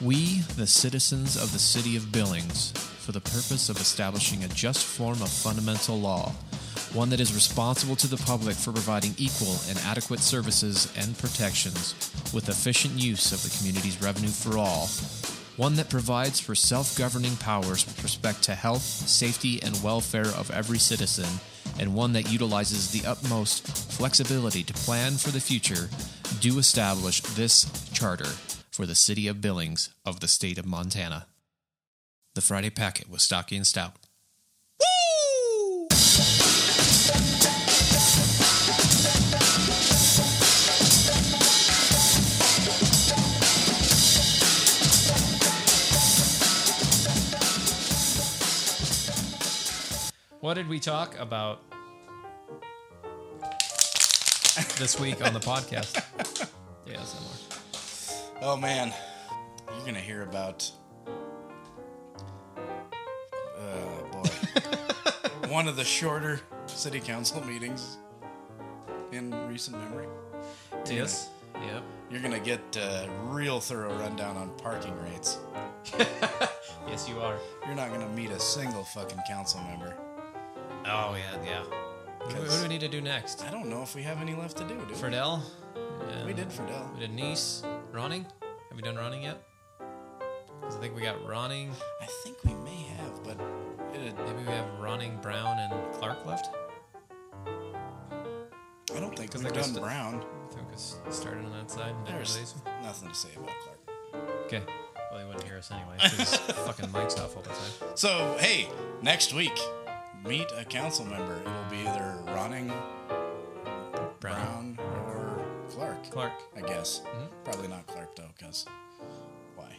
We, the citizens of the city of Billings, for the purpose of establishing a just form of fundamental law, one that is responsible to the public for providing equal and adequate services and protections with efficient use of the community's revenue for all, one that provides for self governing powers with respect to health, safety, and welfare of every citizen, and one that utilizes the utmost flexibility to plan for the future, do establish this charter for the City of Billings of the State of Montana. The Friday Packet was stocky and stout. What did we talk about this week on the podcast? Yeah, ASMR. Oh man, you're gonna hear about. Oh boy, one of the shorter city council meetings in recent memory. Yes. Yep. You're gonna get a real thorough rundown on parking rates. Yes, you are. You're not gonna meet a single fucking council member. Oh yeah, yeah. What, what do we need to do next? I don't know if we have any left to do. do we? Ferdell. we did Fidel. We did Nice. Ronning. Have we done Ronning yet? 'Cause I think we got Ronning. I think we may have, but it, Maybe we have Ronning Brown and Clark left. I don't think 'Cause we've I guess done the- Brown. I think it's started on that side. And then There's release. nothing to say about Clark. Okay. Well, they wouldn't hear us anyway. 'cause fucking mic's off all the time. So hey, next week, meet a council member. It'll be either Ronning, Brown. Brown, or Clark. Clark. I guess. Probably not Clark though, because why?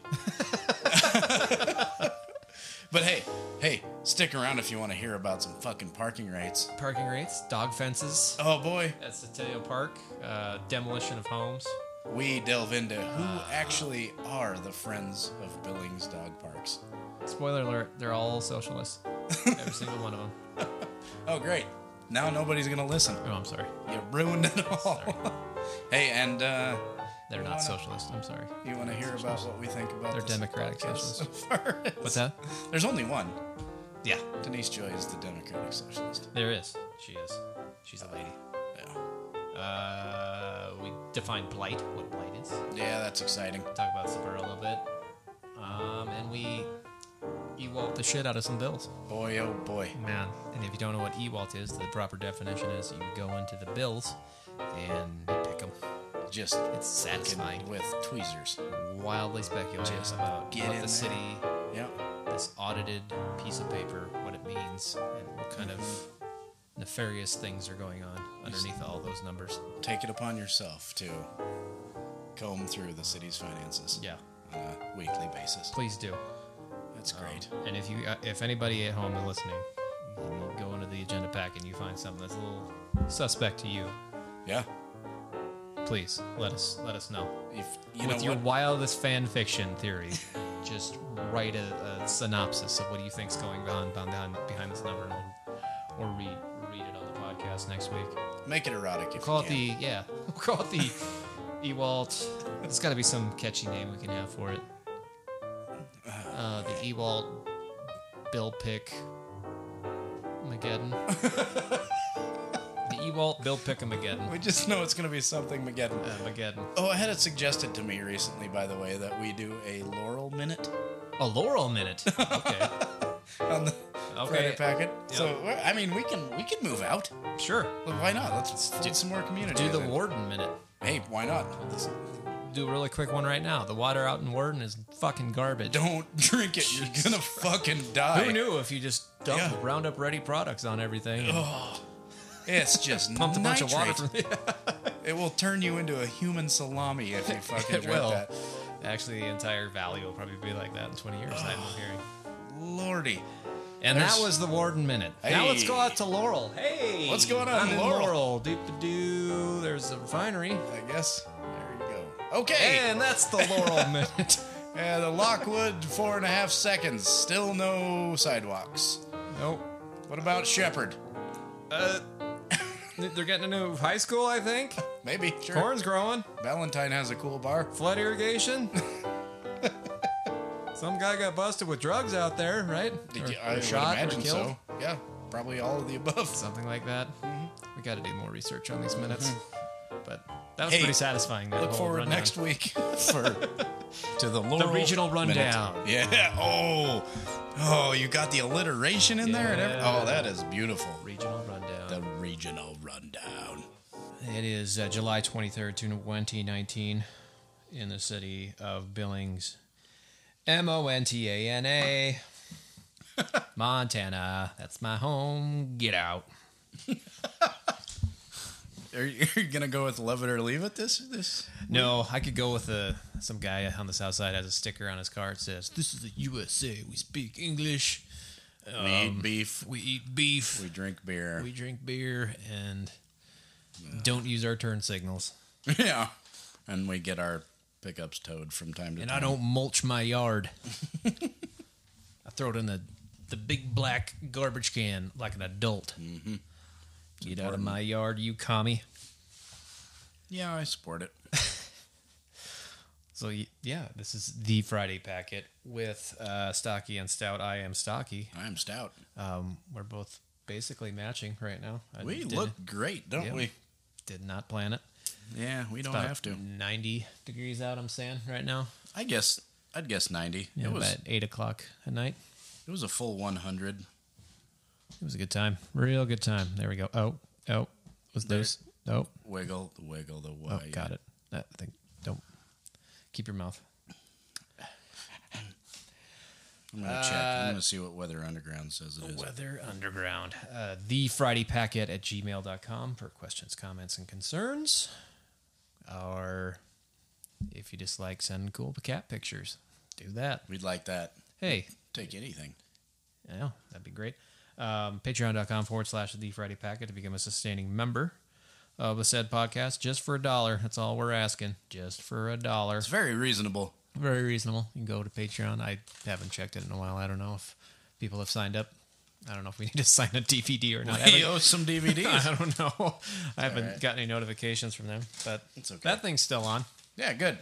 but hey, hey, stick around if you want to hear about some fucking parking rates. Parking rates. Dog fences. Oh boy, At Centennial Park. Uh, demolition of homes. we delve into who actually are the friends of Billings Dog Parks. Spoiler alert, they're all socialists. Every single one of them. Oh great, now nobody's gonna listen. Oh, I'm sorry. You ruined it all. hey, and. uh... They're not wanna- socialists. I'm sorry. You want to hear about what we think about? They're this democratic podcast socialists. So far as- What's that? There's only one. Yeah. Denise Joy is the democratic socialist. There is. She is. She's a lady. Yeah, Uh, we define blight, what blight is. yeah that's exciting. Talk about Sabur a little bit. Um, and we Ewalt the shit out of some bills. Boy, oh boy. Man. And if you don't know what Ewalt is, the proper definition is you go into the bills and pick them. Just It's satisfying. with tweezers. Wildly speculative Just about get what in the there. city Yeah. this audited piece of paper, what it means, and what kind of nefarious things are going on underneath all those numbers. Take it upon yourself to comb through the city's finances Yeah, on a weekly basis. please do. That's great. And if you, uh, if anybody at home is listening, you go into the agenda pack and you find something that's a little suspect to you, yeah. please let us let us know. If you With know your what, wildest fan fiction theory, just write a, a synopsis of what you think's going on behind behind this number, and we'll, or read read it on the podcast next week. make it erotic if Call you it can. the yeah. We'll call it the Ewalt. There's got to be some catchy name we can have for it. Uh, the Ewalt Bill Pick Mageddon. the Ewalt Bill Pick Mageddon. We just know it's going to be something Mageddon. Uh, Mageddon. oh, I had it suggested to me recently, by the way, that we do a Laurel Minute. A Laurel Minute. Okay. on the Okay. Friday packet. Yeah. So we're- I mean, we can we can move out. Sure. Well, Why not? Let's do some more community. Do the then. Warden Minute. Hey, why not? Let's- Do a really quick one right now. The water out in Warden is fucking garbage. don't drink it. You're gonna fucking die. Who knew if you just dump Yeah. Oh, Roundup Ready products on everything and It's just pumped a bunch of water nitrate. from the It will turn you into a human salami if you fucking It drink will. that. Actually, the entire valley will probably be like that in 20 years. I'm hearing. Lordy, And There's- that was the Warden Minute. Now let's go Hey. out to Laurel. Hey, What's going on I'm in in Laurel? Laurel? Deep doo. There's a refinery, I guess there you go. Okay, and that's the Laurel Minute. Uh, the Lockwood four and a half seconds. Still no sidewalks. Nope. What about Shepherd? Uh, they're getting a new high school, I think. Maybe sure. Corn's growing. Valentine has a cool bar. Flood irrigation. Some guy got busted with drugs out there, right? Or- Yeah, or I would shot or imagine killed. so. Yeah, probably all of the above. Something like that. Mm-hmm. We got to do more research on these minutes. But that was Hey, pretty satisfying. That Look whole forward rundown. next week for to the Laurel The regional Minute. rundown. Yeah. Oh, oh, you got the alliteration in there and every- Yeah. Oh, that is beautiful. Regional rundown. The regional rundown. It is uh, July 23rd, 2019, in the city of Billings, M O N T A N A, Montana. That's my home. Get out. Are you you're gonna go with love it or leave it? This this. No, I could go with uh some guy on the south side has a sticker on his car. It says, This is the USA. We speak English. we eat beef. We eat beef. We drink beer. We drink beer. And don't use our turn signals. yeah, and we get our pickups towed from time to and time. I don't mulch my yard. I throw it in the the big black garbage can like an adult. Mm-hmm. Get out of my yard, you commie. Yeah, I support it. So y- yeah, this is the Friday packet with uh, Stocky and Stout. I am Stocky. I'm stout. Um, we're both basically matching right now. I We did, look great, don't Yeah. we? did not plan it. Yeah, we don't About have to. Ninety degrees out. I'm saying right now. I guess I'd guess ninety. Yeah, it was about eight o'clock at night. it was a full one hundred. It was a good time, real good time. There we go. Oh, oh, was those? Oh, Wiggle, wiggle the way. Oh, got it. That thing. Don't keep your mouth. I'm gonna check. I'm gonna see what Weather Underground says it is. Uh, Weather Underground. Uh, the Friday Packet at gmail.com for questions, comments, and concerns. Or if you just like sending cool cat pictures, do that. We'd like that. Hey, Take anything. yeah, that'd be great. Um, Patreon.com forward slash The Friday Packet to become a sustaining member of the said podcast just for a dollar. That's all we're asking. Just for a dollar. It's very reasonable. very reasonable. You can go to Patreon. I haven't checked it in a while. I don't know if people have signed up. I don't know if we need to sign a DVD or not. He I, owes some DVDs. haven't- I don't know. I haven't right. gotten any notifications from them, but It's okay. that thing's still on. yeah, good.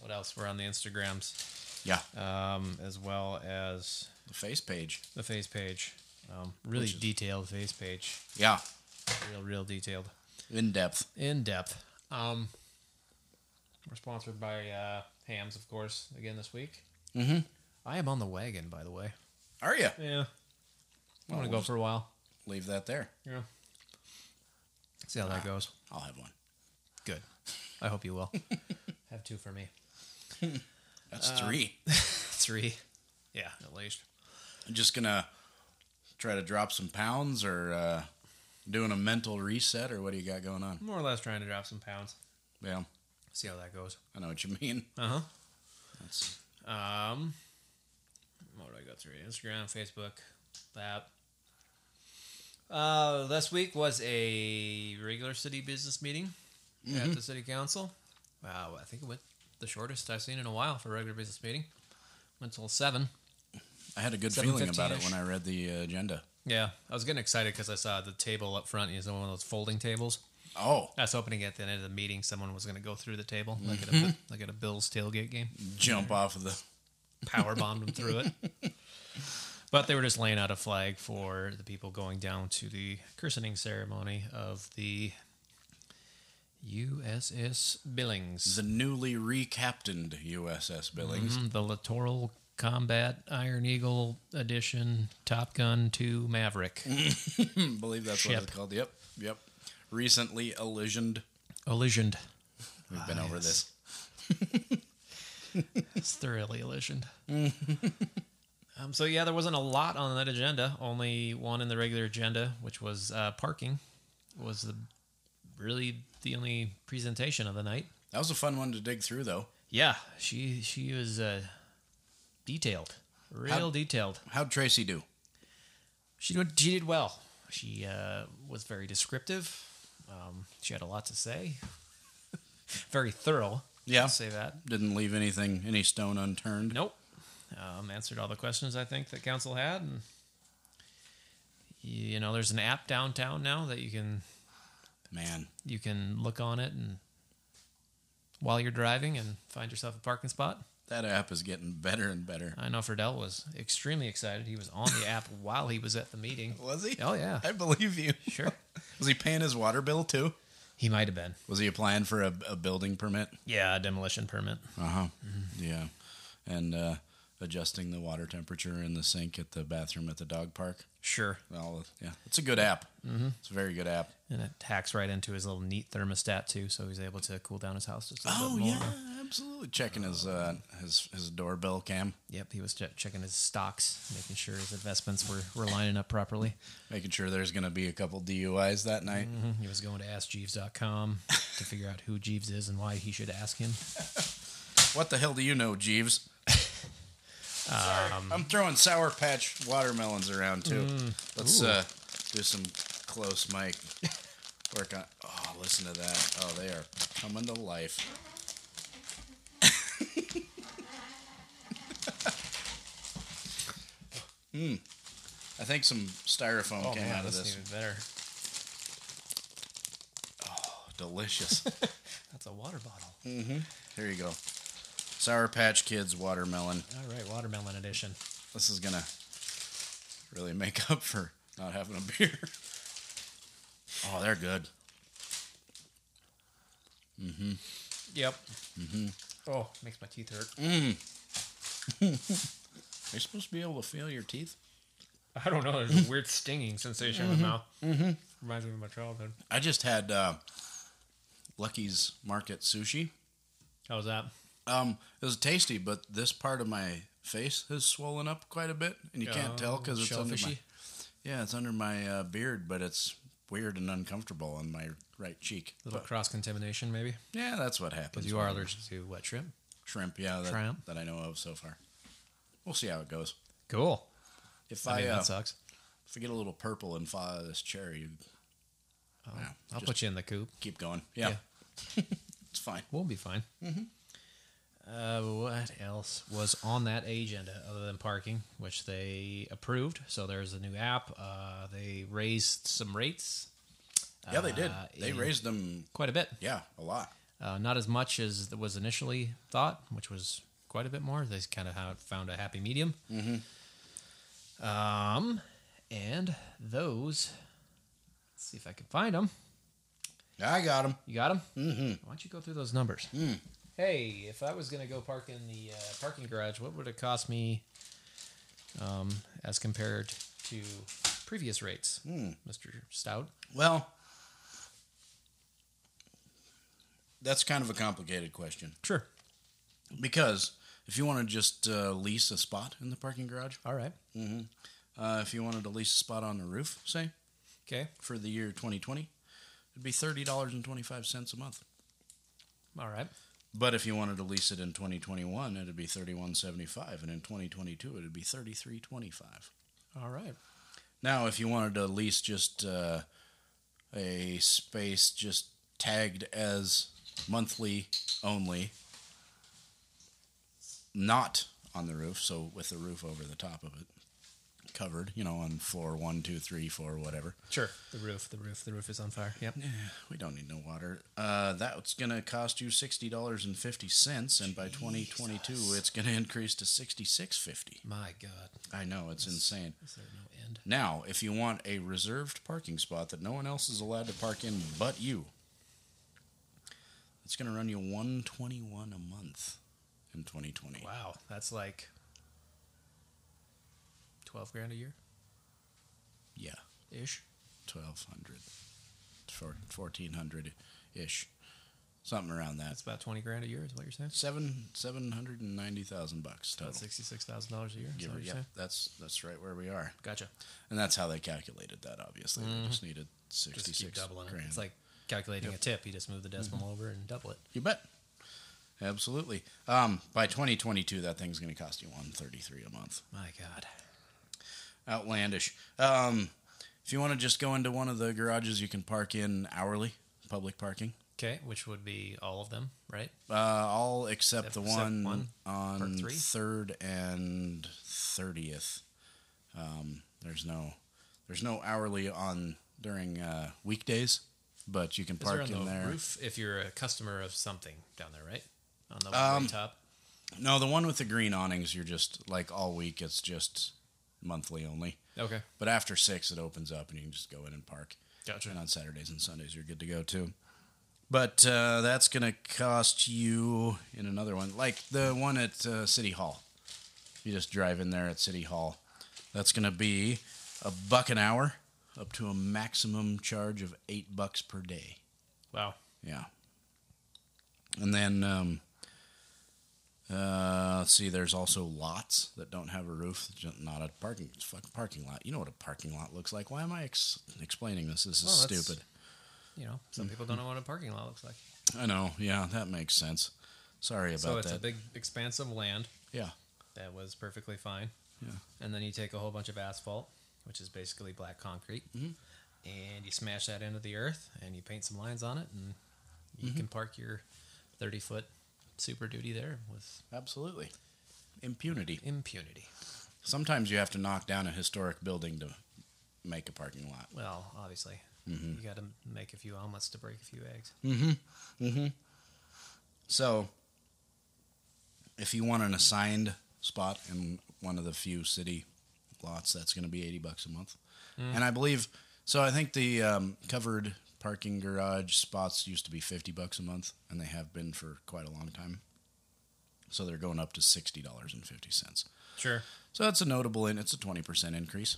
What else? We're on the Instagrams Yeah, um, as well as Uh, the face page. the face page. Um, really detailed face page. Yeah, Real, real detailed. in depth. in depth. Um, we're sponsored by uh, Hams, of course, again this week. Mm-hmm. I am on the wagon, by the way. Are you? Yeah, I'm gonna go we'll for a while. Leave that there. Yeah, see how that goes. I'll have one. Good. I hope you will. Have two for me. That's Uh, three. Three. Yeah, at least. I'm just gonna try to drop some pounds or uh, doing a mental reset or what do you got going on? More or less trying to drop some pounds. Yeah, See how that goes. I know what you mean. Uh That's huh. Um, what did I go through? Instagram, Facebook, that. Uh, last week was a regular city business meeting at the city council. Wow, I think it went the shortest I've seen in a while for a regular business meeting. Went till seven. I had a good feeling about it 7:15-ish. when I read the uh, agenda. Yeah, I was getting excited because I saw the table up front is one of those folding tables. Oh, I was hoping at the end of the meeting someone was going to go through the table like at a like at a Bills tailgate game. jump off of the power bombed them through it. But they were just laying out a flag for the people going down to the christening ceremony of the USS Billings, the newly recaptained USS Billings. Mm, the Littoral Combat Iron Eagle Edition Top Gun 2 Maverick. Believe that's Mm-hmm. what Ship. it's called. Yep, yep. Recently elisioned. Elisioned. We've been over this. It's thoroughly elisioned. um, so, yeah, there wasn't a lot on that agenda. Only one in the regular agenda, which was uh, parking, was the really the only presentation of the night. That was a fun one to dig through, though. Yeah, she she was uh, detailed, real How- detailed. How'd Tracy do? She did she did well. She uh, was very descriptive. Um, she had a lot to say. very thorough. Yeah. I'll say that. Didn't leave anything, any stone unturned. Nope. Um, answered all the questions I think that council had, and you know, there's an app downtown now that you can Man, you can look on it and while you're driving and find yourself a parking spot. That app is getting better and better. I know Ferdell was extremely excited. He was on the app while he was at the meeting. Was he? Oh, yeah. I believe you. Sure. Was he paying his water bill too? He might have been. Was he applying for a, a building permit? Yeah, demolition permit. Uh huh. Mm-hmm. Yeah. And uh, adjusting the water temperature in the sink at the bathroom at the dog park. Sure. Well, yeah, it's a good app. Mm-hmm. It's a very good app. And it hacks right into his little neat thermostat, too, so he's able to cool down his house just a little bit more. Oh, absolutely. Checking his uh, his his doorbell cam, Yep, he was che- checking his stocks, making sure his investments were, were lining up properly. making sure there's going to be a couple DUIs that night. He was going to AskJeeves.com to figure out who Jeeves is and why he should ask him. What the hell do you know, Jeeves? Sorry. I'm throwing sour patch watermelons around too. Let's uh, do some close mic work on. Oh, listen to that! Oh, they are coming to life. Hmm. I think some styrofoam Oh, came out of this. even better. Oh, Delicious. That's a water bottle. Mm. Here you go. Sour Patch Kids watermelon. All right, watermelon edition. This is gonna really make up for not having a beer. Oh, they're good. Yep. Mm-hmm. Oh, makes my teeth hurt. Are you supposed to be able to feel your teeth? I don't know. Mm-hmm. There's a weird stinging sensation in my mouth. Mm-hmm. Reminds me of my childhood. I just had uh, Lucky's Market sushi. How was that? Um, it was tasty, but this part of my face has swollen up quite a bit, and you can't tell because it's under my Oh, shellfishy? yeah, it's under my uh, beard, but it's weird and uncomfortable on my right cheek. A little cross contamination, maybe? Yeah, that's what happens. Because you are allergic to wet shrimp. shrimp, yeah, that, Shrimp. that I know of so far. We'll see how it goes. Cool. If I I, mean, uh, that sucks. if I get a little purple and fall out of this cherry, yeah, Oh, I'll just put you in the coop. keep going. Yeah, Yeah. it's fine. We'll be fine. Uh, what else was on that agenda other than parking, which they approved? So there's a new app. Uh, they raised some rates Yeah, they did. Uh, They in- raised them. quite a bit. Yeah, a lot. Uh, not as much as th- was initially thought, which was quite a bit more. They kind of found a happy medium. Um, and those. Let's see if I can find them. I got them. You got them? Mm-hmm. Why don't you go through those numbers? Hmm. Hey, if I was going to go park in the uh, parking garage, what would it cost me um, as compared to previous rates, Hmm. Mr. Stout? Well, that's kind of a complicated question Sure. because if you want to just uh, lease a spot in the parking garage, All right. uh, if you wanted to lease a spot on the roof, say Okay. for the year 2020, it'd be thirty dollars and twenty five cents a month. All right. But if you wanted to lease it in 2021, it'd be 31.75, and in 2022, it'd be 33.25. All right. Now, if you wanted to lease just uh, a space just tagged as monthly only, not on the roof, so with the roof over the top of it, covered, you know, on floor one, two, three, four, whatever. Sure. The roof, the roof, the roof is on fire. Yep. We don't need no water. Uh, that's going to cost you sixty dollars and fifty cents, and by twenty twenty two, it's going to increase to sixty six fifty. My God. I know it's insane. Is there no end? Now, if you want a reserved parking spot that no one else is allowed to park in but you, it's going to run you one twenty one a month in twenty twenty. Wow. That's like 12 grand a year Yeah, ish. twelve hundred, fourteen hundred ish, something around that. That's about 20 grand a year, is what you're saying? Seven seven hundred and ninety thousand bucks total. About $66,000 a year. Is Give that or- what you're yep, saying? that's that's right where we are, Gotcha. and that's how they calculated that. Obviously, they just needed Mm-hmm. Just sixty-six keep doubling grand. Mm-hmm. it. It's like calculating a tip. You just move the decimal over and double it. you bet, absolutely. Um, by twenty twenty-two, that thing's going to cost you one thirty-three a month. My God. Outlandish. Um, if you want to just go into one of the garages, you can park in hourly public parking. Okay, which would be all of them, right? Uh, all except the Except one, one, part on three? third and thirtieth. Um, there's no, there's no hourly on during uh, weekdays. but you can Is there park on in the there. roof if you're a customer of something down there, right? On the Um, top. No, the one with the green awnings, you're just like all week. It's just monthly only. Okay. But after six, it opens up and you can just go in and park. Gotcha. And on Saturdays and Sundays, you're good to go too. But uh, that's going to cost you in another one, like the one at uh, City Hall. You just drive in there at City Hall. That's going to be a buck an hour, up to a maximum charge of eight bucks per day. Wow. Yeah. And then, um, uh, let's see, there's also lots that don't have a roof. It's just not a parking, it's a fucking parking lot. You know what a parking lot looks like. Why am I ex- explaining this? This is Well, that's- stupid. You know, Mm-hmm. some people don't know what a parking lot looks like. I know. Yeah, that makes sense. Sorry about So it's that. a big expanse of land yeah. that was perfectly fine. Yeah. And then you take a whole bunch of asphalt, which is basically black concrete, Mm-hmm. and you smash that into the earth and you paint some lines on it, and you Mm-hmm. can park your 30 foot Super Duty there with Absolutely. Impunity. impunity. Sometimes you have to knock down a historic building to make a parking lot. Well, obviously, Mm-hmm. you got to make a few omelets to break a few eggs. So, if you want an assigned spot in one of the few city lots, that's going to be eighty bucks a month. Mm. And I believe so. I think the um, covered parking garage spots used to be fifty bucks a month, and they have been for quite a long time. So they're going up to sixty dollars and fifty cents. Sure. So that's a notable, and it's a twenty percent increase.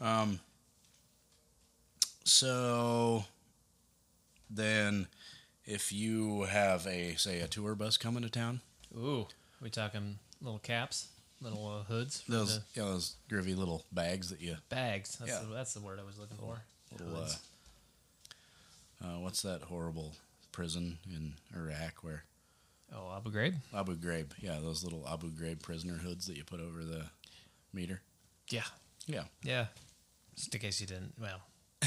Um. So then, if you have a say a tour bus coming to town, Ooh, we talking little caps, little uh, hoods, for those the you know, those groovy little bags that you bags. That's, Yeah. the, that's the word I was looking for. little uh, Hoods. uh, what's that horrible prison in Iraq where uh, oh, Abu Ghraib. Abu Ghraib? Yeah, those little Abu Ghraib prisoner hoods that you put over the meter. Yeah, Yeah, yeah. Just in case you didn't. Well,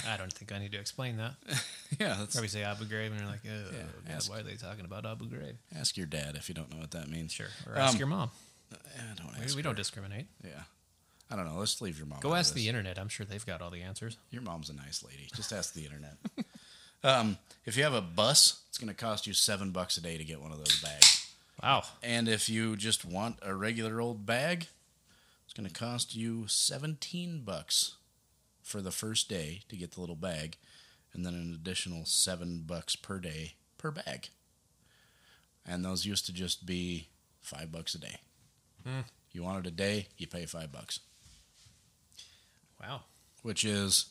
I don't think I need to explain that. yeah. That's, Probably say Abu Ghraib, and you're like, oh, Yeah, God, ask- why are they talking about Abu Ghraib? ask your dad if you don't know what that means. Sure. Or ask Um, your mom. Eh, don't We, ask we her. don't discriminate. Yeah. I don't know. Let's leave your mom. Go out of ask this. the internet. I'm sure they've got all the answers. Your mom's a nice lady. Just ask the internet. um, if you have a bus, it's going to cost you seven bucks a day to get one of those bags. Wow. And if you just want a regular old bag, it's going to cost you seventeen bucks for the first day to get the little bag, and then an additional seven bucks per day per bag. And those used to just be five bucks a day. Hmm. You want it a day, you pay five bucks. Wow. which is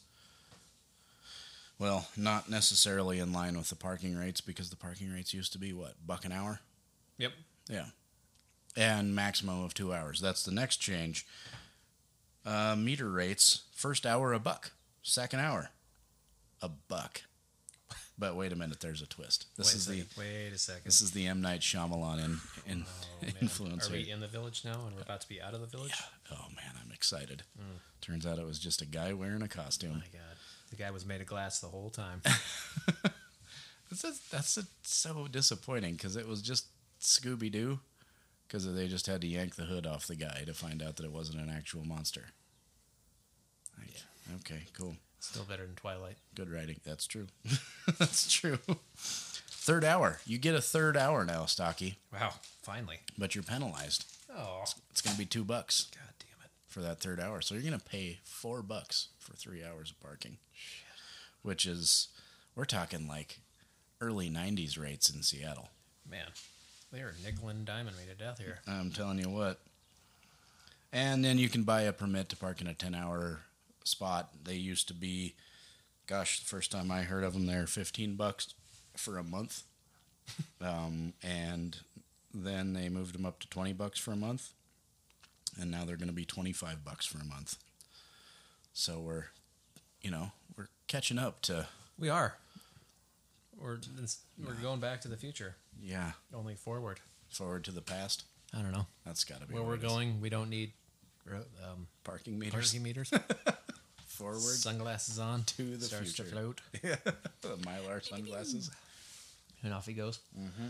well not necessarily in line with the parking rates because the parking rates used to be what buck an hour Yep. yeah and maximum of two hours that's the next change uh, meter rates first hour a buck second hour a buck but wait a minute there's a twist this wait, is a the second. wait a second. this is the M Night Shyamalan in, in Oh, man. influence Are here. we in the village now, and we're about to be out of the village? oh man I'm excited Mm. turns out it was just a guy wearing a costume Oh, My God, the guy was made of glass the whole time. That's a, that's a, so disappointing because it was just Scooby Doo because they just had to yank the hood off the guy to find out that it wasn't an actual monster. Like, Okay, cool. Still better than Twilight. Good writing. That's true. that's true. Third hour. You get a third hour now, Stocky, Wow, finally. but you're penalized. Oh, It's going to be two bucks god damn it. for that third hour. So you're going to pay four bucks for three hours of parking, which is, we're talking like early 90s rates in Seattle. Man, they are niggling diamond me to death here. I'm telling you what. And then you can buy a permit to park in a 10 hour spot. They used to be, gosh, the first time I heard of them, they're 15 bucks for a month. um, and then they moved them up to 20 bucks for a month. And now they're going to be 25 bucks for a month. So we're, you know, we're catching up to, We are. We're, it's- we're going back to the future, yeah, only forward. forward to the past. I don't know. That's got to be Where what we're it is. going, we don't need ro- um, Parking meters parking meters, forward. sunglasses on, To the starts future. to float, The Mylar sunglasses. and off he goes. Mm-hmm.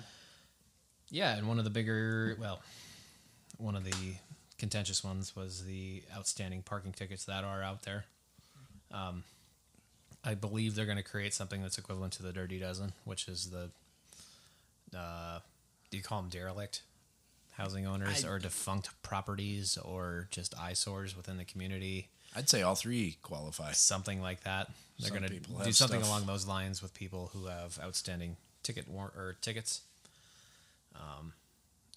Yeah, and one of the bigger, well, one of the contentious ones was the outstanding parking tickets that are out there. Um, I believe they're going to create something that's equivalent to the Dirty Dozen, which is the uh, do you call them derelict housing owners I- or defunct properties or just eyesores within the community, I'd say all three qualify. something like that. They're Some going to people do have something stuff. along those lines with people who have outstanding ticket war- or tickets. Um,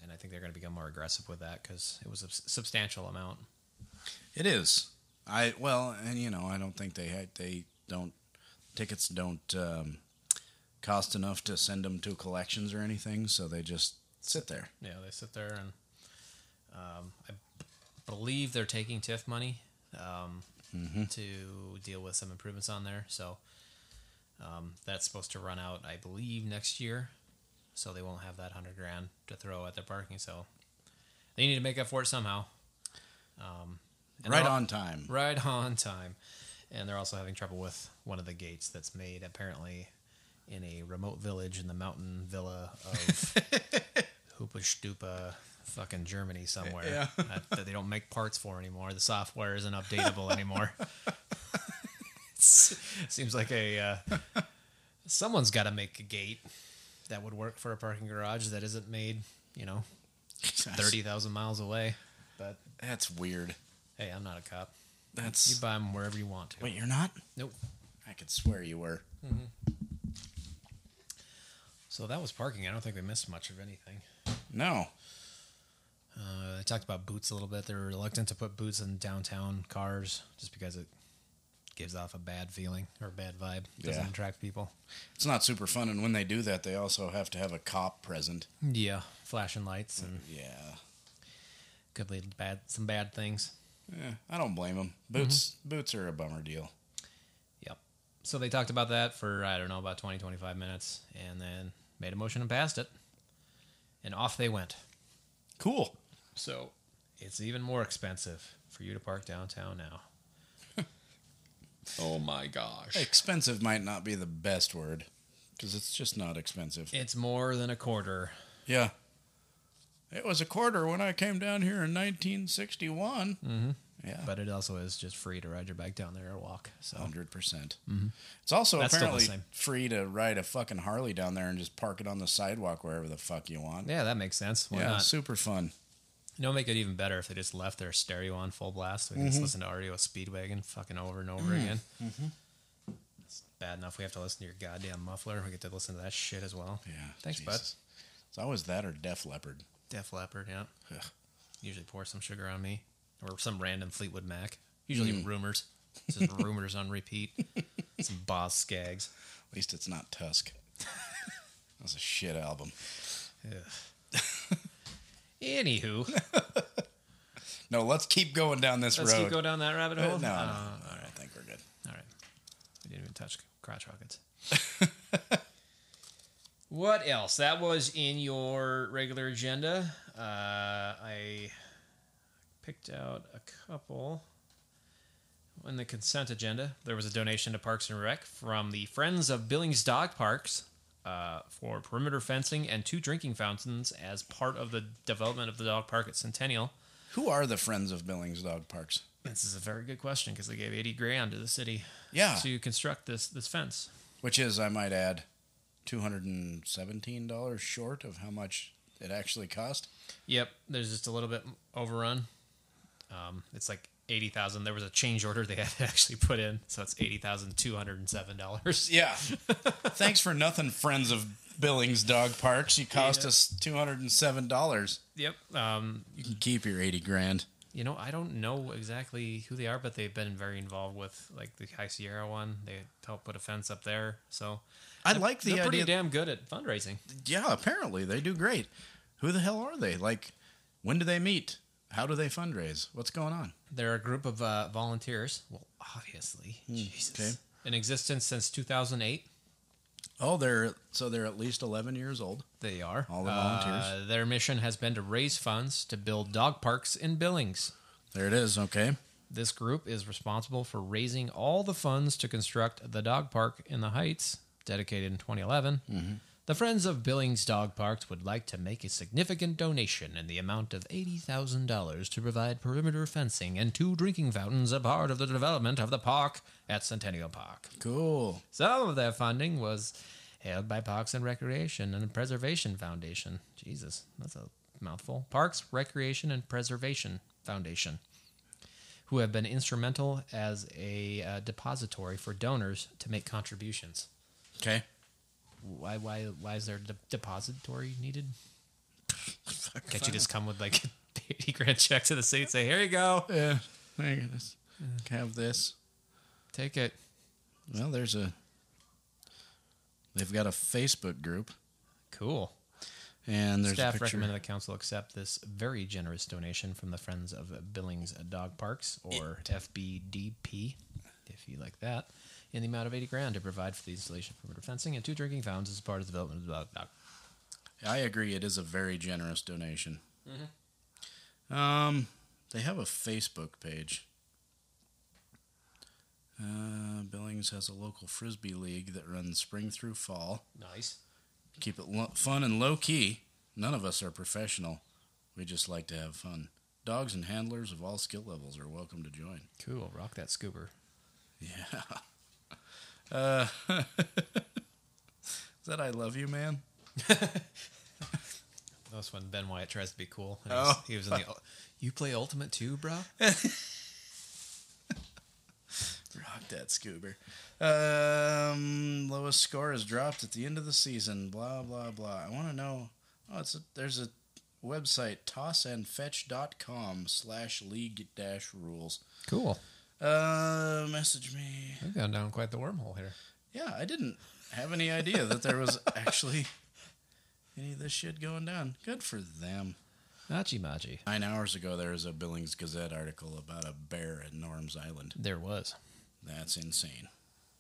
and I think they're going to become more aggressive with that because it was a s- substantial amount. It is. I well, and you know, I don't think they had they don't tickets don't um, cost enough to send them to collections or anything, so they just sit there. Yeah, they sit there and um, I b- believe they're taking TIF money um, to deal with some improvements on there. So um, that's supposed to run out, I believe, next year. So they won't have that hundred grand to throw at their parking. So they need to make up for it somehow. Um, and right they're al- on time. right on time. And they're also having trouble with one of the gates that's made apparently in a remote village in the mountain villa of Hoopa Stupa, fucking Germany somewhere Yeah. that, that they don't make parts for anymore. The software isn't updatable anymore. It's- Seems like a uh, someone's got to make a gate that would work for a parking garage that isn't made, you know, thirty thousand miles away. But That's weird. hey, I'm not a cop. You That's buy them wherever you want to. wait, you're not. Nope. I could swear you were. So that was parking. I don't think we missed much of anything. No, Uh, I talked about boots a little bit. They're reluctant to put boots in downtown cars just because it gives off a bad feeling or a bad vibe. Doesn't Yeah. attract people. it's not super fun. And when they do that, they also have to have a cop present. Yeah, flashing lights and Yeah, could lead to bad some bad things. Eh, I don't blame them. Mm-hmm. Boots, boots are a bummer deal. Yep. So they talked about that for I don't know about 20 25 minutes and then made a motion and passed it. And off they went. Cool. So it's even more expensive for you to park downtown now. Oh my gosh. Expensive might not be the best word because it's just not expensive. It's more than a quarter Yeah. It was a quarter when I came down here in 1961. Mm-hmm. Yeah. but it also is just free to ride your bike down there or walk. So 100%. percent It's also Mm-hmm. That's still the apparently same. free to ride a fucking Harley down there and just park it on the sidewalk wherever the fuck you want. yeah, that makes sense. Why Yeah, not? super fun. You know, make it even better if they just left their stereo on full blast. We can Mm-hmm. just listen to RDO Speedwagon fucking over and over again. Mm-hmm. It's bad enough we have to listen to your goddamn muffler. We get to listen to that shit as well. Yeah. Thanks, Jesus. It's always that or Def Leopard. bud. Def Leppard, yeah. Ugh. Usually pour some sugar on me or some random Fleetwood Mac. Usually Mm. rumors. It's just rumors on repeat. Some boss skags. At least it's not Tusk. That's a shit album. Ugh. Anywho, No, let's keep going down this let's road. keep go down that rabbit Uh, no, hole. no, Uh, no, I don't think we're good. All right. We didn't even touch crotch rockets. what else? That was in your regular agenda. Uh, I picked out a couple. In the consent agenda, there was a donation to Parks and Rec from the Friends of Billings Dog Parks uh, for perimeter fencing and two drinking fountains as part of the development of the dog park at Centennial. Who are the friends of Billings Dog Parks? This is a very good question because they gave 80 grand to the city Yeah. to construct this this fence. which is, I might add, two hundred and seventeen dollars short of how much it actually cost. Yep, there's just a little bit overrun. Um, it's like eighty thousand. There was a change order they had to actually put in, so it's eighty thousand two hundred and seven dollars. Yeah. Thanks for nothing, friends of Billings Dog Parks. You cost Yeah. us two hundred and seven dollars. Yep. Um, You can keep your eighty grand. you know, I don't know exactly who they are, but they've been very involved with like the High Sierra one. They helped put a fence up there, so I like the they're pretty idea. damn good at fundraising. yeah, apparently they do great. Who the hell are they? Like, when do they meet? How do they fundraise? What's going on? They're a group of uh, volunteers. Well, obviously, Jesus, Hmm, okay. in existence since two thousand eight. Oh, they're so they're at least eleven years old. They are. All the volunteers. Uh, their mission has been to raise funds to build dog parks in Billings. There it is. Okay. This group is responsible for raising Mm-hmm. all the funds to construct the dog park in the Heights, dedicated in 2011. The Friends of Billings Dog Parks would like to make a significant donation in the amount of $80,000 to provide perimeter fencing and two drinking fountains a part of the development of the park at Centennial Park. Cool. Some of their funding was held by Parks and Recreation and Preservation Foundation. Jesus, that's a mouthful. Parks, Recreation, and Preservation Foundation, who have been instrumental as a uh, depository for donors to make contributions. Okay. Why, why, why is there a de- depository needed? Can't you just come with like a 80 grand check to the city and say, here you go, Yeah. There you go. Have this. take it? Well, there's a. They've got a Facebook group, Cool. and there's a Staff picture. recommended the council accept this very generous donation from the Friends of Billings Dog Parks, or FBDP, if you like that, in the amount of 80 grand to provide for the installation of perimeter fencing and two drinking fountains as part of the development of the dog park. I agree. It is a very generous donation. Um, they have a Facebook page. Uh, Billings has a local frisbee league that runs spring through fall. Nice. Keep it lo- fun and low key. None of us are professional. We just like to have fun. Dogs and handlers of all skill levels are welcome to join. Cool. Rock that scuba. Yeah. Uh, is that I love you, man? That was when Ben Wyatt tries to be cool. and he was- Oh. He was in the. You play Ultimate too, bro? Rock that scuba. Um, lowest score is dropped at the end of the season. Blah blah blah. I want to know. Oh, it's a, there's a website tossandfetch.com slash league dash rules. Cool. Uh, message me. We've gone down quite the wormhole here. Yeah, I didn't have any idea that there was actually any of this shit going down. Good for them. Machi Machi. Nine hours ago, there was a Billings Gazette article about a bear at Norm's Island. There was. That's insane.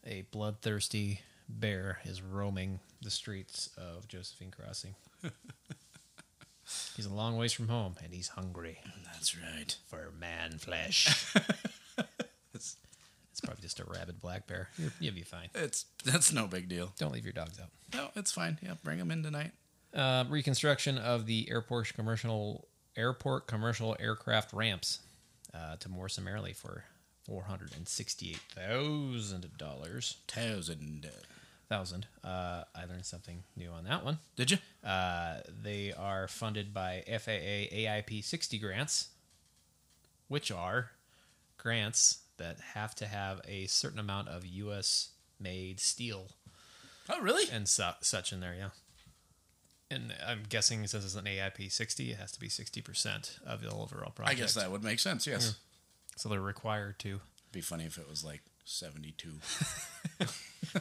A bloodthirsty bear is roaming the streets of Josephine Crossing. he's a long ways from home and he's hungry That's right. for man flesh. it's probably just a rabid black bear. You're, you'll be fine. It's that's no big deal. Don't leave your dogs out. No, it's fine. Yeah, bring them in tonight. Uh, reconstruction of the airport commercial airport commercial aircraft ramps uh, to Morrison, Maryland for four hundred and sixty-eight thousand dollars. Thousand. Thousand. Uh, I learned something new on that one. Did you? Uh, they are funded by FAA AIP 60 grants, which are grants that have to have a certain amount of U.S. made steel Oh, really? and su- such in there, yeah. And I'm guessing since it's an AIP 60, it has to be 60% of the overall I project. guess that would make sense. Yes. So they're required to Be funny if it was like seventy-two.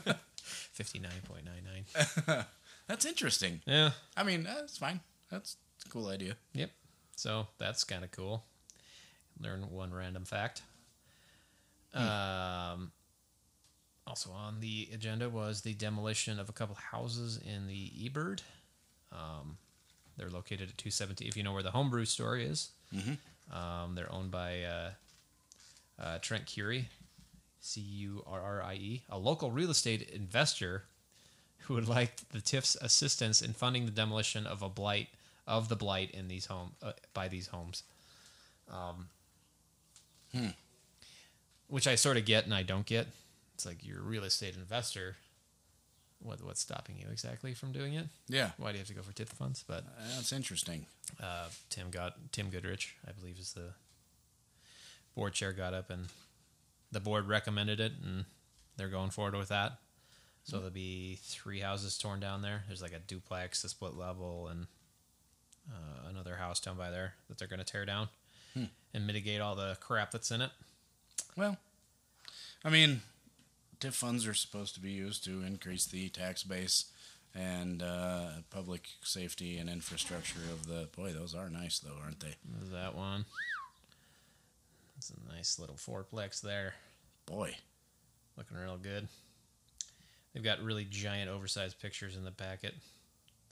59.99. that's interesting. yeah. I mean, that's fine. That's a cool idea. Yep. So that's kind of cool. Learn one random fact. Um, also on the agenda was the demolition of a couple houses in the Ebird. Um, they're located at 270. If you know where the homebrew store is, um, they're owned by uh, uh, Trent Curie, C U R R I E, a local real estate investor who would like the TIF's assistance in funding the demolition of a blight of the blight in these home uh, by these homes. Um, Which I sort of get and I don't get. It's like you're a real estate investor. What what's stopping you exactly from doing it? Yeah, Why do you have to go for TIF funds? But that's interesting. uh, Tim got Tim Goodrich, I believe, is the board chair. Got up and the board recommended it, and they're going forward with that. So there'll be three houses torn down there. There's like a duplex, a split level, and uh, another house down by there that they're going to tear down and mitigate all the crap that's in it. Well, I mean, TIF funds are supposed to be used to increase the tax base and uh, public safety and infrastructure of the. Boy, those are nice though, aren't they? There's that one. It's a nice little fourplex there. Boy, looking real good. They've got really giant, oversized pictures in the packet.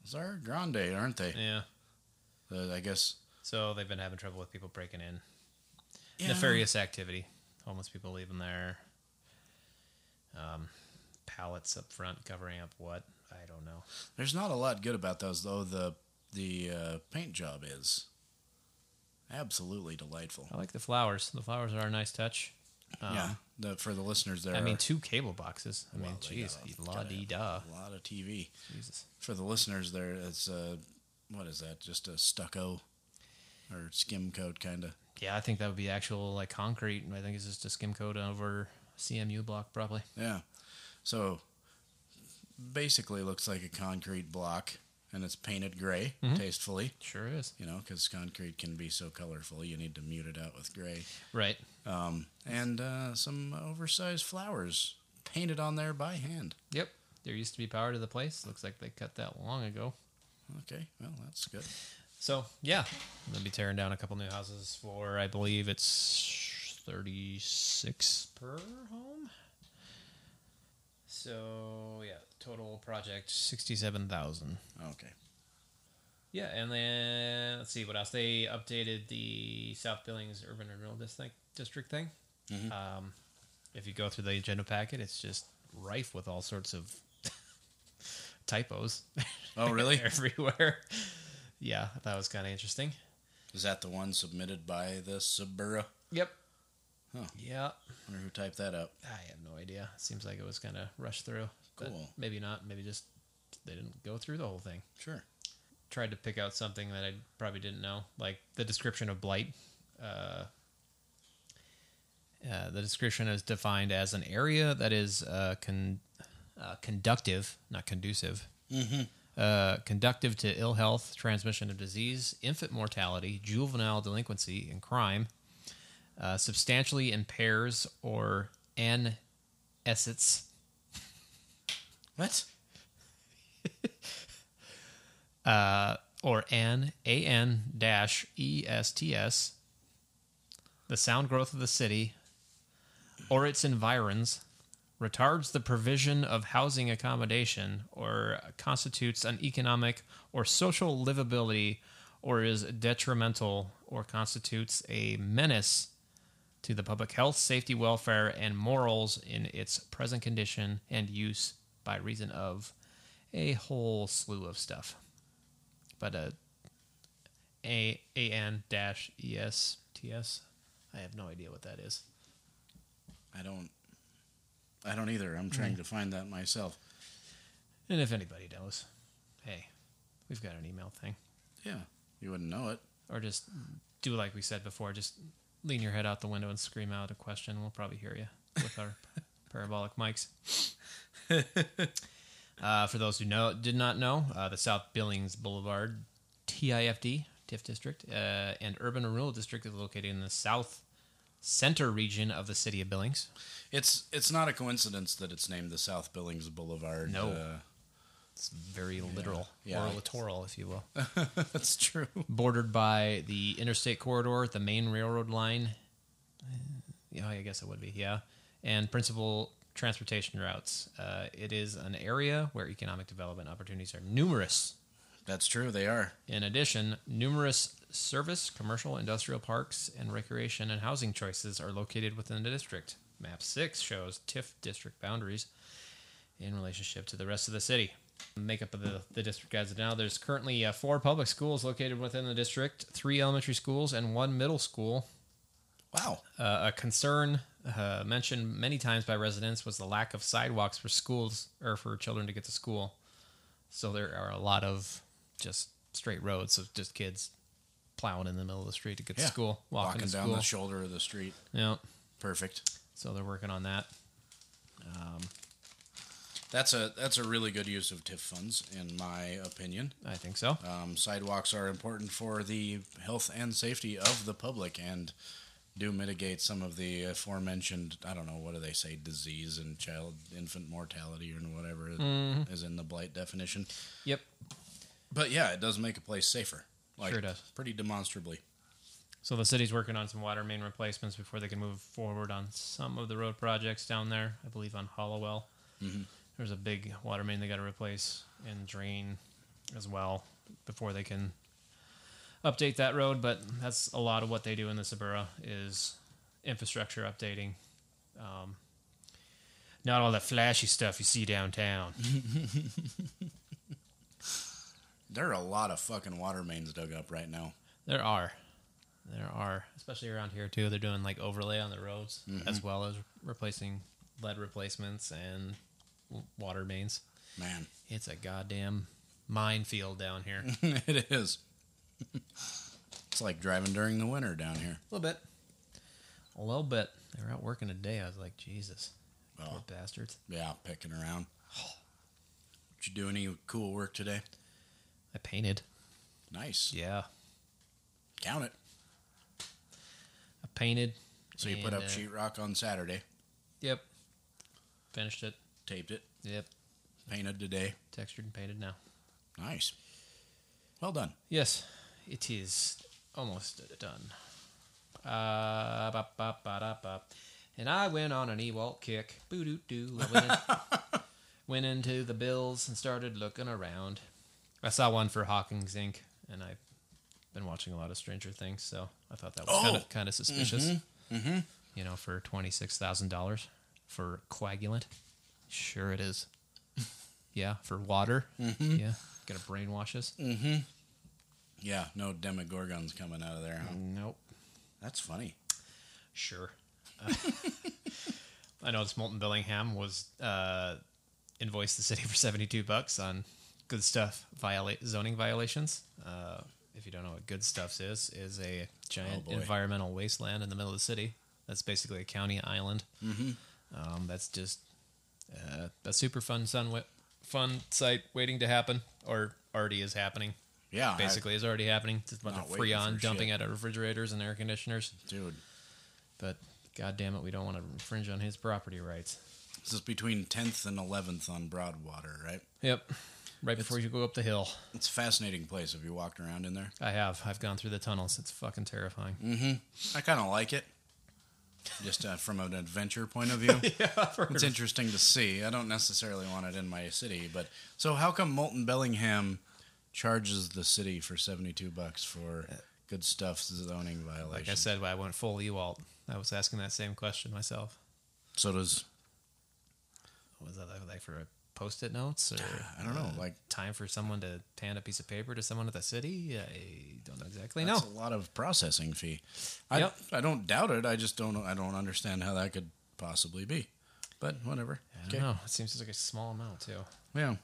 those are grande, aren't they? Yeah. Uh, I guess. So they've been having trouble with people breaking in. Yeah. Nefarious activity. Homeless people leaving their um, pallets up front, covering up what I don't know. There's not a lot good about those, though. The the uh, paint job is absolutely delightful. I like the flowers. The flowers are a nice touch. Um, yeah, the, for the listeners there, I mean, uh, are two cable boxes. I mean, Well, they jeez, gotta- la gotta- di da. a lot of TV. Jesus. For the listeners there, it's uh, what is that? Just a stucco or skim coat kind of. Yeah, I think that would be actual like concrete. I think it's just a skim coat over CMU block, probably. Yeah. So basically, looks like a concrete block, and it's painted gray tastefully. Sure is. You know, because concrete can be so colorful, you need to mute it out with gray. Right. Um, and uh, some oversized flowers painted on there by hand. Yep. There used to be power to the place. Looks like they cut that long ago. Okay, well that's good. So yeah, I'm gonna be tearing down a couple new houses for I believe it's 36 per home. So yeah, total project 67,000. Okay, Yeah, and then let's see what else they updated the South Billings Urban and Rural District District thing. Um, if you go through the agenda packet, it's just rife with all sorts of typos. Oh, really? Everywhere. Yeah, that was kind of interesting. is that the one submitted by the Subura? Yep. Huh. Yeah, Wonder who typed that up. I have no idea. Seems like it was kind of rushed through. but Cool. Maybe not. Maybe just they didn't go through the whole thing. Sure. tried to pick out something that I probably didn't know, like the description of blight. Uh, uh, the description is defined as an area that is uh, con- uh, conductive, not conducive, uh, conductive to ill health, transmission of disease, infant mortality, juvenile delinquency, and crime. Uh, substantially impairs or an essence What? uh, or an a n dash e s t s, the sound growth of the city, or its environs, retards the provision of housing accommodation, or constitutes an economic or social livability, or is detrimental, or constitutes a menace to the public health, safety, welfare, and morals in its present condition and use by reason of a whole slew of stuff but uh, a a n dash e s t s. I have no idea what that is. I don't. I don't either. I'm trying to find that myself. And if anybody knows, hey, we've got an email thing, Yeah, you wouldn't know it. or just do like we said before, just lean your head out the window and scream out a question. We'll probably hear you with our parabolic mics. Uh, for those who know did not know, uh, the South Billings Boulevard TIFD TIF district uh, and urban and rural district is located in the south center region of the city of Billings. It's it's not a coincidence that it's named the South Billings Boulevard. No. uh, It's very literal Yeah. or littoral, if you will. that's true. Bordered by the interstate corridor, the main railroad line. Uh, Yeah, I guess it would be, yeah. And principal transportation routes. Uh, it is an area where economic development opportunities are numerous. That's true. They are. In addition, numerous service, commercial, industrial parks, and recreation and housing choices are located within the district. Map 6 shows TIF district boundaries in relationship to the rest of the city. Makeup of the, the district as of now, there's currently uh, four public schools located within the district, three elementary schools, and one middle school. Wow. Uh, a concern uh, mentioned many times by residents was the lack of sidewalks for schools or for children to get to school. So there are a lot of just straight roads of just kids plowing in the middle of the street to get Yeah. to school, walking, Walking to down school. the shoulder of the street. yeah. Perfect. So they're working on that. That's a that's a really good use of TIF funds, in my opinion. I think so. Um, sidewalks are important for the health and safety of the public, and do mitigate some of the aforementioned. I don't know what do they say, disease and child infant mortality or whatever Mm-hmm. is in the blight definition. Yep. But yeah, it does make a place safer. Like, Sure does. Pretty demonstrably. So the city's working on some water main replacements before they can move forward on some of the road projects down there. I believe on Hollowell, there's a big water main they got to replace and drain as well before they can update that road. But that's a lot of what they do in the Sabura is infrastructure updating. Um, Not all that flashy stuff you see downtown. There are a lot of fucking water mains dug up right now. There are. There are, especially around here too. They're doing like overlay on the roads as well as replacing lead replacements and w- water mains. Man, It's a goddamn minefield down here. Mm. A it is. it's like driving during the winter down here. little bit. A little bit. They were out working today. I was like, Jesus, poor Well, bastards. yeah, picking around. Did you do any cool work today? I painted. Nice. Yeah. Count it. I painted. So you put and, up uh, sheetrock on Saturday, Yep. Finished it. taped it, Yep. painted today. Textured and painted now. Nice. Well done. Yes, it is almost done. Uh, ba, ba, ba, da, ba. And I went on an Ewok kick. Boo doo doo. I went, in- went into the bills and started looking around. I saw one for Hawkins Inc. and I've been watching a lot of Stranger Things, so I thought that was kind Oh. of kind of suspicious. You know, for twenty six thousand dollars for coagulant. Sure, it is. yeah, for water. Yeah, gonna brainwash us. Yeah, no Demogorgons coming out of there. Huh? Nope. That's funny. Sure. Uh, I know this Molten Billingham was uh, invoiced the city for seventy-two bucks on good stuff viola- zoning violations. Uh, if you don't know what good stuffs is, is a giant Oh, boy. environmental wasteland in the middle of the city. That's basically a county island. Mm-hmm. Um, that's just uh, a super fun sun wi- fun site waiting to happen, or already is happening. Yeah, I- Basically, is already happening. It's a bunch Not of waiting for freon dumping shit. out of refrigerators and air conditioners dude, but god damn it we don't want to infringe on his property rights this is between 10th and 11th on Broadwater, right? yep right before you go up the hill It's a fascinating place. Have you walked around in there? i have i've gone through the tunnels it's fucking terrifying Mm. I kind of like it. Just uh, from an adventure point of view, yeah it's interesting to see. I don't necessarily want it in my city, but so how come Molten Bellingham charges the city for seventy-two bucks for good stuff zoning violation? like Uh, i said i went full ewalt i was asking that same question myself so does was that like for post-it notes or uh, I don't know. Like time for someone to hand a piece of paper to someone at the city i don't know exactly no that's a lot of processing fee. I Yep. I don't doubt it. I just don't I don't understand how that could possibly be. But whatever. i don't know it seems like a small amount too Yeah.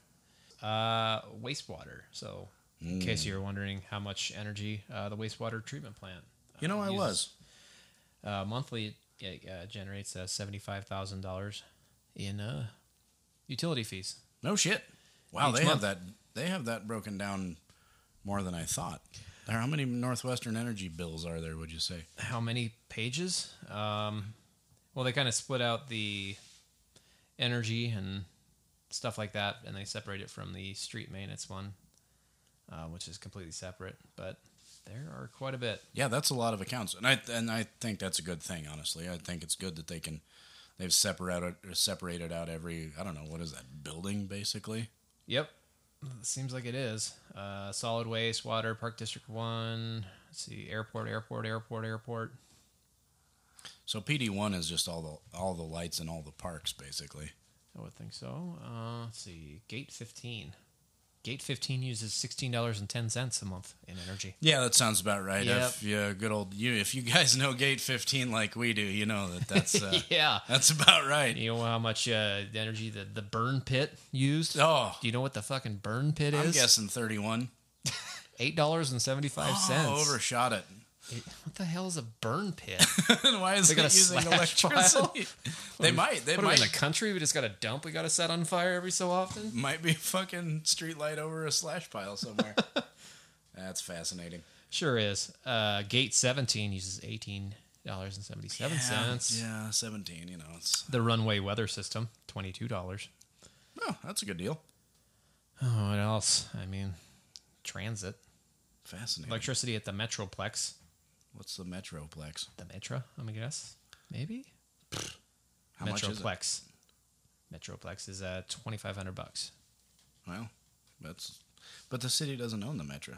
uh, wastewater. So, in Mm. case you were wondering how much energy uh, the wastewater treatment plant, uh, You know, I uses. was. uh, monthly. It uh, generates uh, seventy five thousand dollars in uh, utility fees. No shit. Wow, Each they month. have that. They have that broken down more than I thought. There, how many Northwestern Energy bills are there? Would you say? How many pages? Um, well, they kind of split out the energy and stuff like that, and they separate it from the street maintenance one, uh, which is completely separate. But there are quite a bit. Yeah, that's a lot of accounts, and I and I think that's a good thing. Honestly, I think it's good that they can. They've separated separated out every. I don't know what is that building basically. Yep. Seems like it is. Uh, solid waste, water, Park District 1. Let's see, airport, airport, airport, airport. So PD one is just all the all the lights and all the parks basically. I would think so. Uh, let's see, Gate 15. Gate 15 uses $16.10 a month in energy. Yeah, that sounds about right. Yep. If yeah, good old you. If you guys know Gate fifteen like we do, you know that that's uh, yeah. that's about right. You know how much uh, energy the, the burn pit used? Oh, Do you know what the fucking burn pit I'm is? guessing thirty one. $8.75. Oh, overshot it. It- what the hell is a burn pit? then why is They it got a using slash electricity? They might. They what are we in might. the country? We just got a dump we got to set on fire every so often? might be a fucking street light over a slash pile somewhere. That's fascinating. Sure is. Uh, gate 17 uses eighteen dollars and seventy seven cents. Yeah, seventeen. You know, it's The runway weather system twenty two dollars. oh, that's a good deal. Oh, what else? I mean, transit, Fascinating. electricity at the Metroplex, What's the Metroplex? the Metro. I'm gonna guess maybe How much is it? Metroplex. Metroplex is uh twenty five hundred bucks. Well, that's. But the city doesn't own the Metro.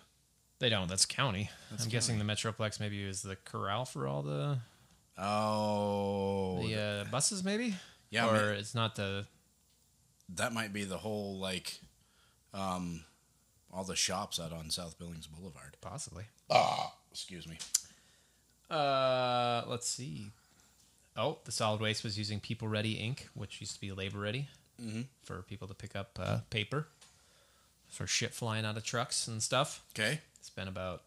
They don't. That's county. I'm guessing the Metroplex maybe is the corral for all the Oh, the uh, buses. Maybe Yeah, or I mean, it's not the that might be the whole like, um, all the shops out on South Billings Boulevard. possibly. Ah, excuse me. Uh, let's see. Oh, the solid waste was using People Ready Inc., which used to be Labor Ready, Mm-hmm. for people to pick up uh, paper for shit flying out of trucks and stuff. Okay, It's been about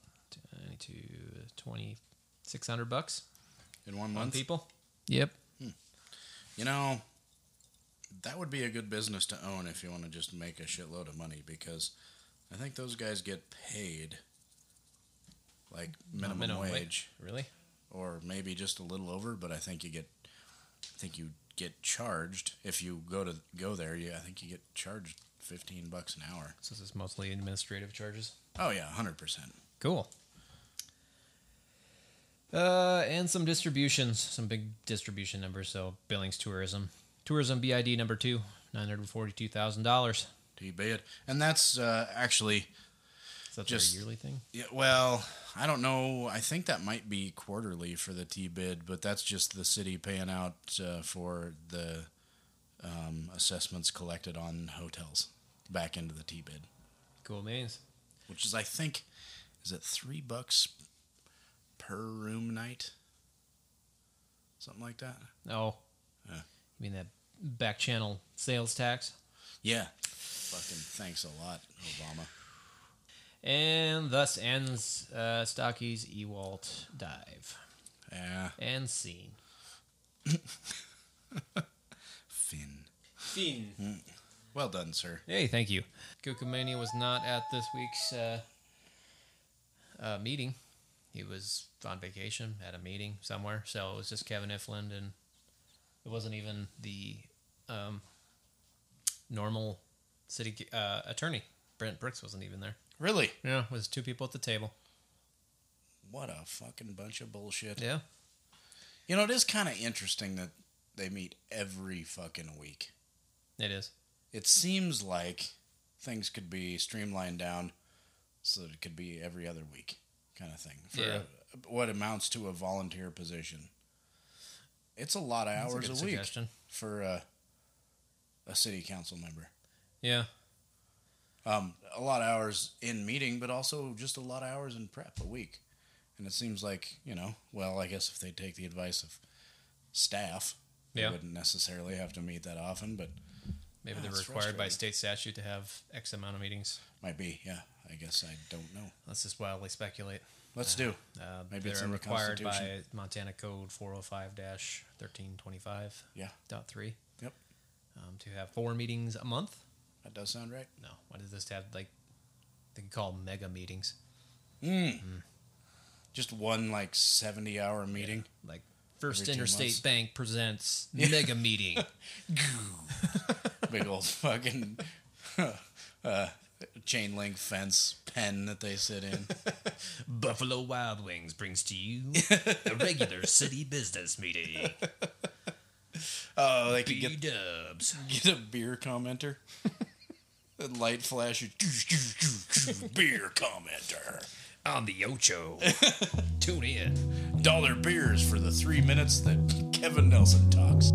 uh, 22, 2600 bucks in one on month, people. Yep. you know, that would be a good business to own if you want to just make a shitload of money because I think those guys get paid like minimum, minimum wage, wage. Really? or maybe just a little over, but I think you get, I think you get charged if you go to go there. You, I think you get charged fifteen bucks an hour. So this is mostly administrative charges. Oh yeah, hundred percent. Cool. Uh, and some distributions, some big distribution numbers. So Billings Tourism, Tourism BID number two, nine hundred forty-two thousand dollars. To be it, and that's uh, actually Is that Just- their yearly thing? Yeah, well, I don't know. I think that might be quarterly for the T bid, but that's just the city paying out uh, for the um, assessments collected on hotels back into the T bid, Cool means. which is I think is it three bucks per room night, something like that. Oh, Yeah. you mean that back channel sales tax? Yeah, fucking thanks a lot, Obama. And thus ends uh, Stocky's Ewalt dive Yeah, and scene. Finn. Scene. Well done, sir. Hey, thank you. Kukumania was not at this week's uh, uh, meeting. He was on vacation at a meeting somewhere, so it was just Kevin Ifland, and it wasn't even the um, normal city c- uh, attorney. Brent Brooks wasn't even there. Really? Yeah, it was two people at the table. What a fucking bunch of bullshit. Yeah, You know, it is kind of interesting that they meet every fucking week. it is. It seems like things could be streamlined down so that it could be every other week kind of thing for Yeah. what amounts to a volunteer position. It's a lot of That's hours a, good week suggestion. for a, a city council member. Yeah, Um, a lot of hours in meeting, but also just a lot of hours in prep a week. And it seems like, you know, well, I guess if they take the advice of staff, they Yeah. wouldn't necessarily have to meet that often, but maybe Yeah, they're Ah, it's required by frustrating. state statute to have X amount of meetings. might be. Yeah, I guess I don't know. Let's just wildly speculate. Let's do. Uh, Maybe they're it's in the required by Constitution. Montana Code 405 1325 Yeah, dot 3 Yep. um, to have four meetings a month. that does sound right. No, why does this have like they can call mega meetings Mm. Just one like 70 hour meeting. like First Every two months. Interstate Bank presents mega meeting. Big old fucking uh, chain link fence pen that they sit in. Buffalo Wild Wings brings to you a regular city business meeting. Oh, they could B get Dubs. Get a beer commenter. A light flash. beer commenter. on the Ocho. Tune in. Dollar beers for the three minutes that Kevin Nelson talks.